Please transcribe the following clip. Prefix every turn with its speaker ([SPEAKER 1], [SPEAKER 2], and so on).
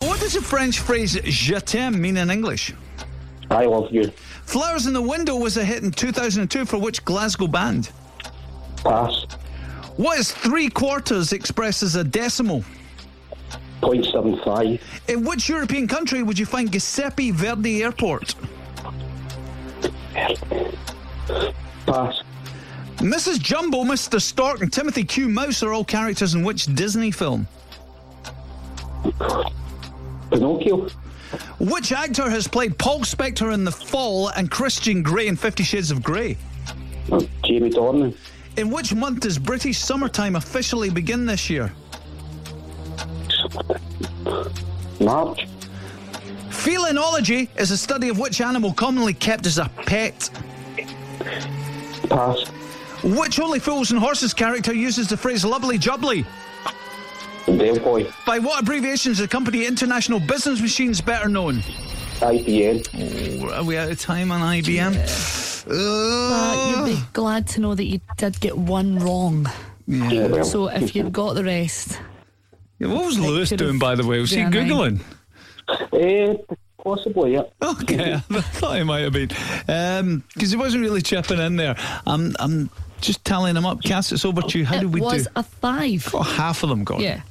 [SPEAKER 1] does the French phrase je t'aime mean in English?
[SPEAKER 2] I love you.
[SPEAKER 1] Flowers in the Window was a hit in 2002 for which Glasgow band?
[SPEAKER 2] Pass.
[SPEAKER 1] What is three quarters expressed as a decimal?
[SPEAKER 2] 0.75.
[SPEAKER 1] In which European country would you find Giuseppe Verdi Airport?
[SPEAKER 2] Pass.
[SPEAKER 1] Mrs. Jumbo, Mr. Stork, and Timothy Q. Mouse are all characters in which Disney film?
[SPEAKER 2] Pinocchio.
[SPEAKER 1] Which actor has played Paul Spector in The Fall and Christian Grey in Fifty Shades of Grey?
[SPEAKER 2] Oh, Jamie Dornan.
[SPEAKER 1] In which month does British summertime officially begin this year?
[SPEAKER 2] March.
[SPEAKER 1] Felinology is a study of which animal commonly kept as a pet.
[SPEAKER 2] Pass.
[SPEAKER 1] Which Only Fools and Horses character uses the phrase lovely jubbly?
[SPEAKER 2] Del Boy.
[SPEAKER 1] By what abbreviation is the company International Business Machines better known?
[SPEAKER 2] IBN.
[SPEAKER 1] Oh, Are we out of time on IBM?
[SPEAKER 3] But
[SPEAKER 1] Ah.
[SPEAKER 3] you'd be glad to know that you did get one wrong.
[SPEAKER 2] Yeah, well.
[SPEAKER 3] So if you'd got the rest,
[SPEAKER 1] Yeah, Uh, what was Lewis
[SPEAKER 3] could've-
[SPEAKER 1] doing, by the way? Was he
[SPEAKER 3] Yeah, I know.
[SPEAKER 1] Googling?
[SPEAKER 2] Eh, possibly, yeah.
[SPEAKER 1] Okay, I thought he might have been. Because he wasn't really chipping in there. I'm, I'm just tallying him up. Cass, it's over to you. How
[SPEAKER 3] it
[SPEAKER 1] did we
[SPEAKER 3] was
[SPEAKER 1] do?
[SPEAKER 3] a five.
[SPEAKER 1] Got half of them, Gordon.
[SPEAKER 3] Yeah.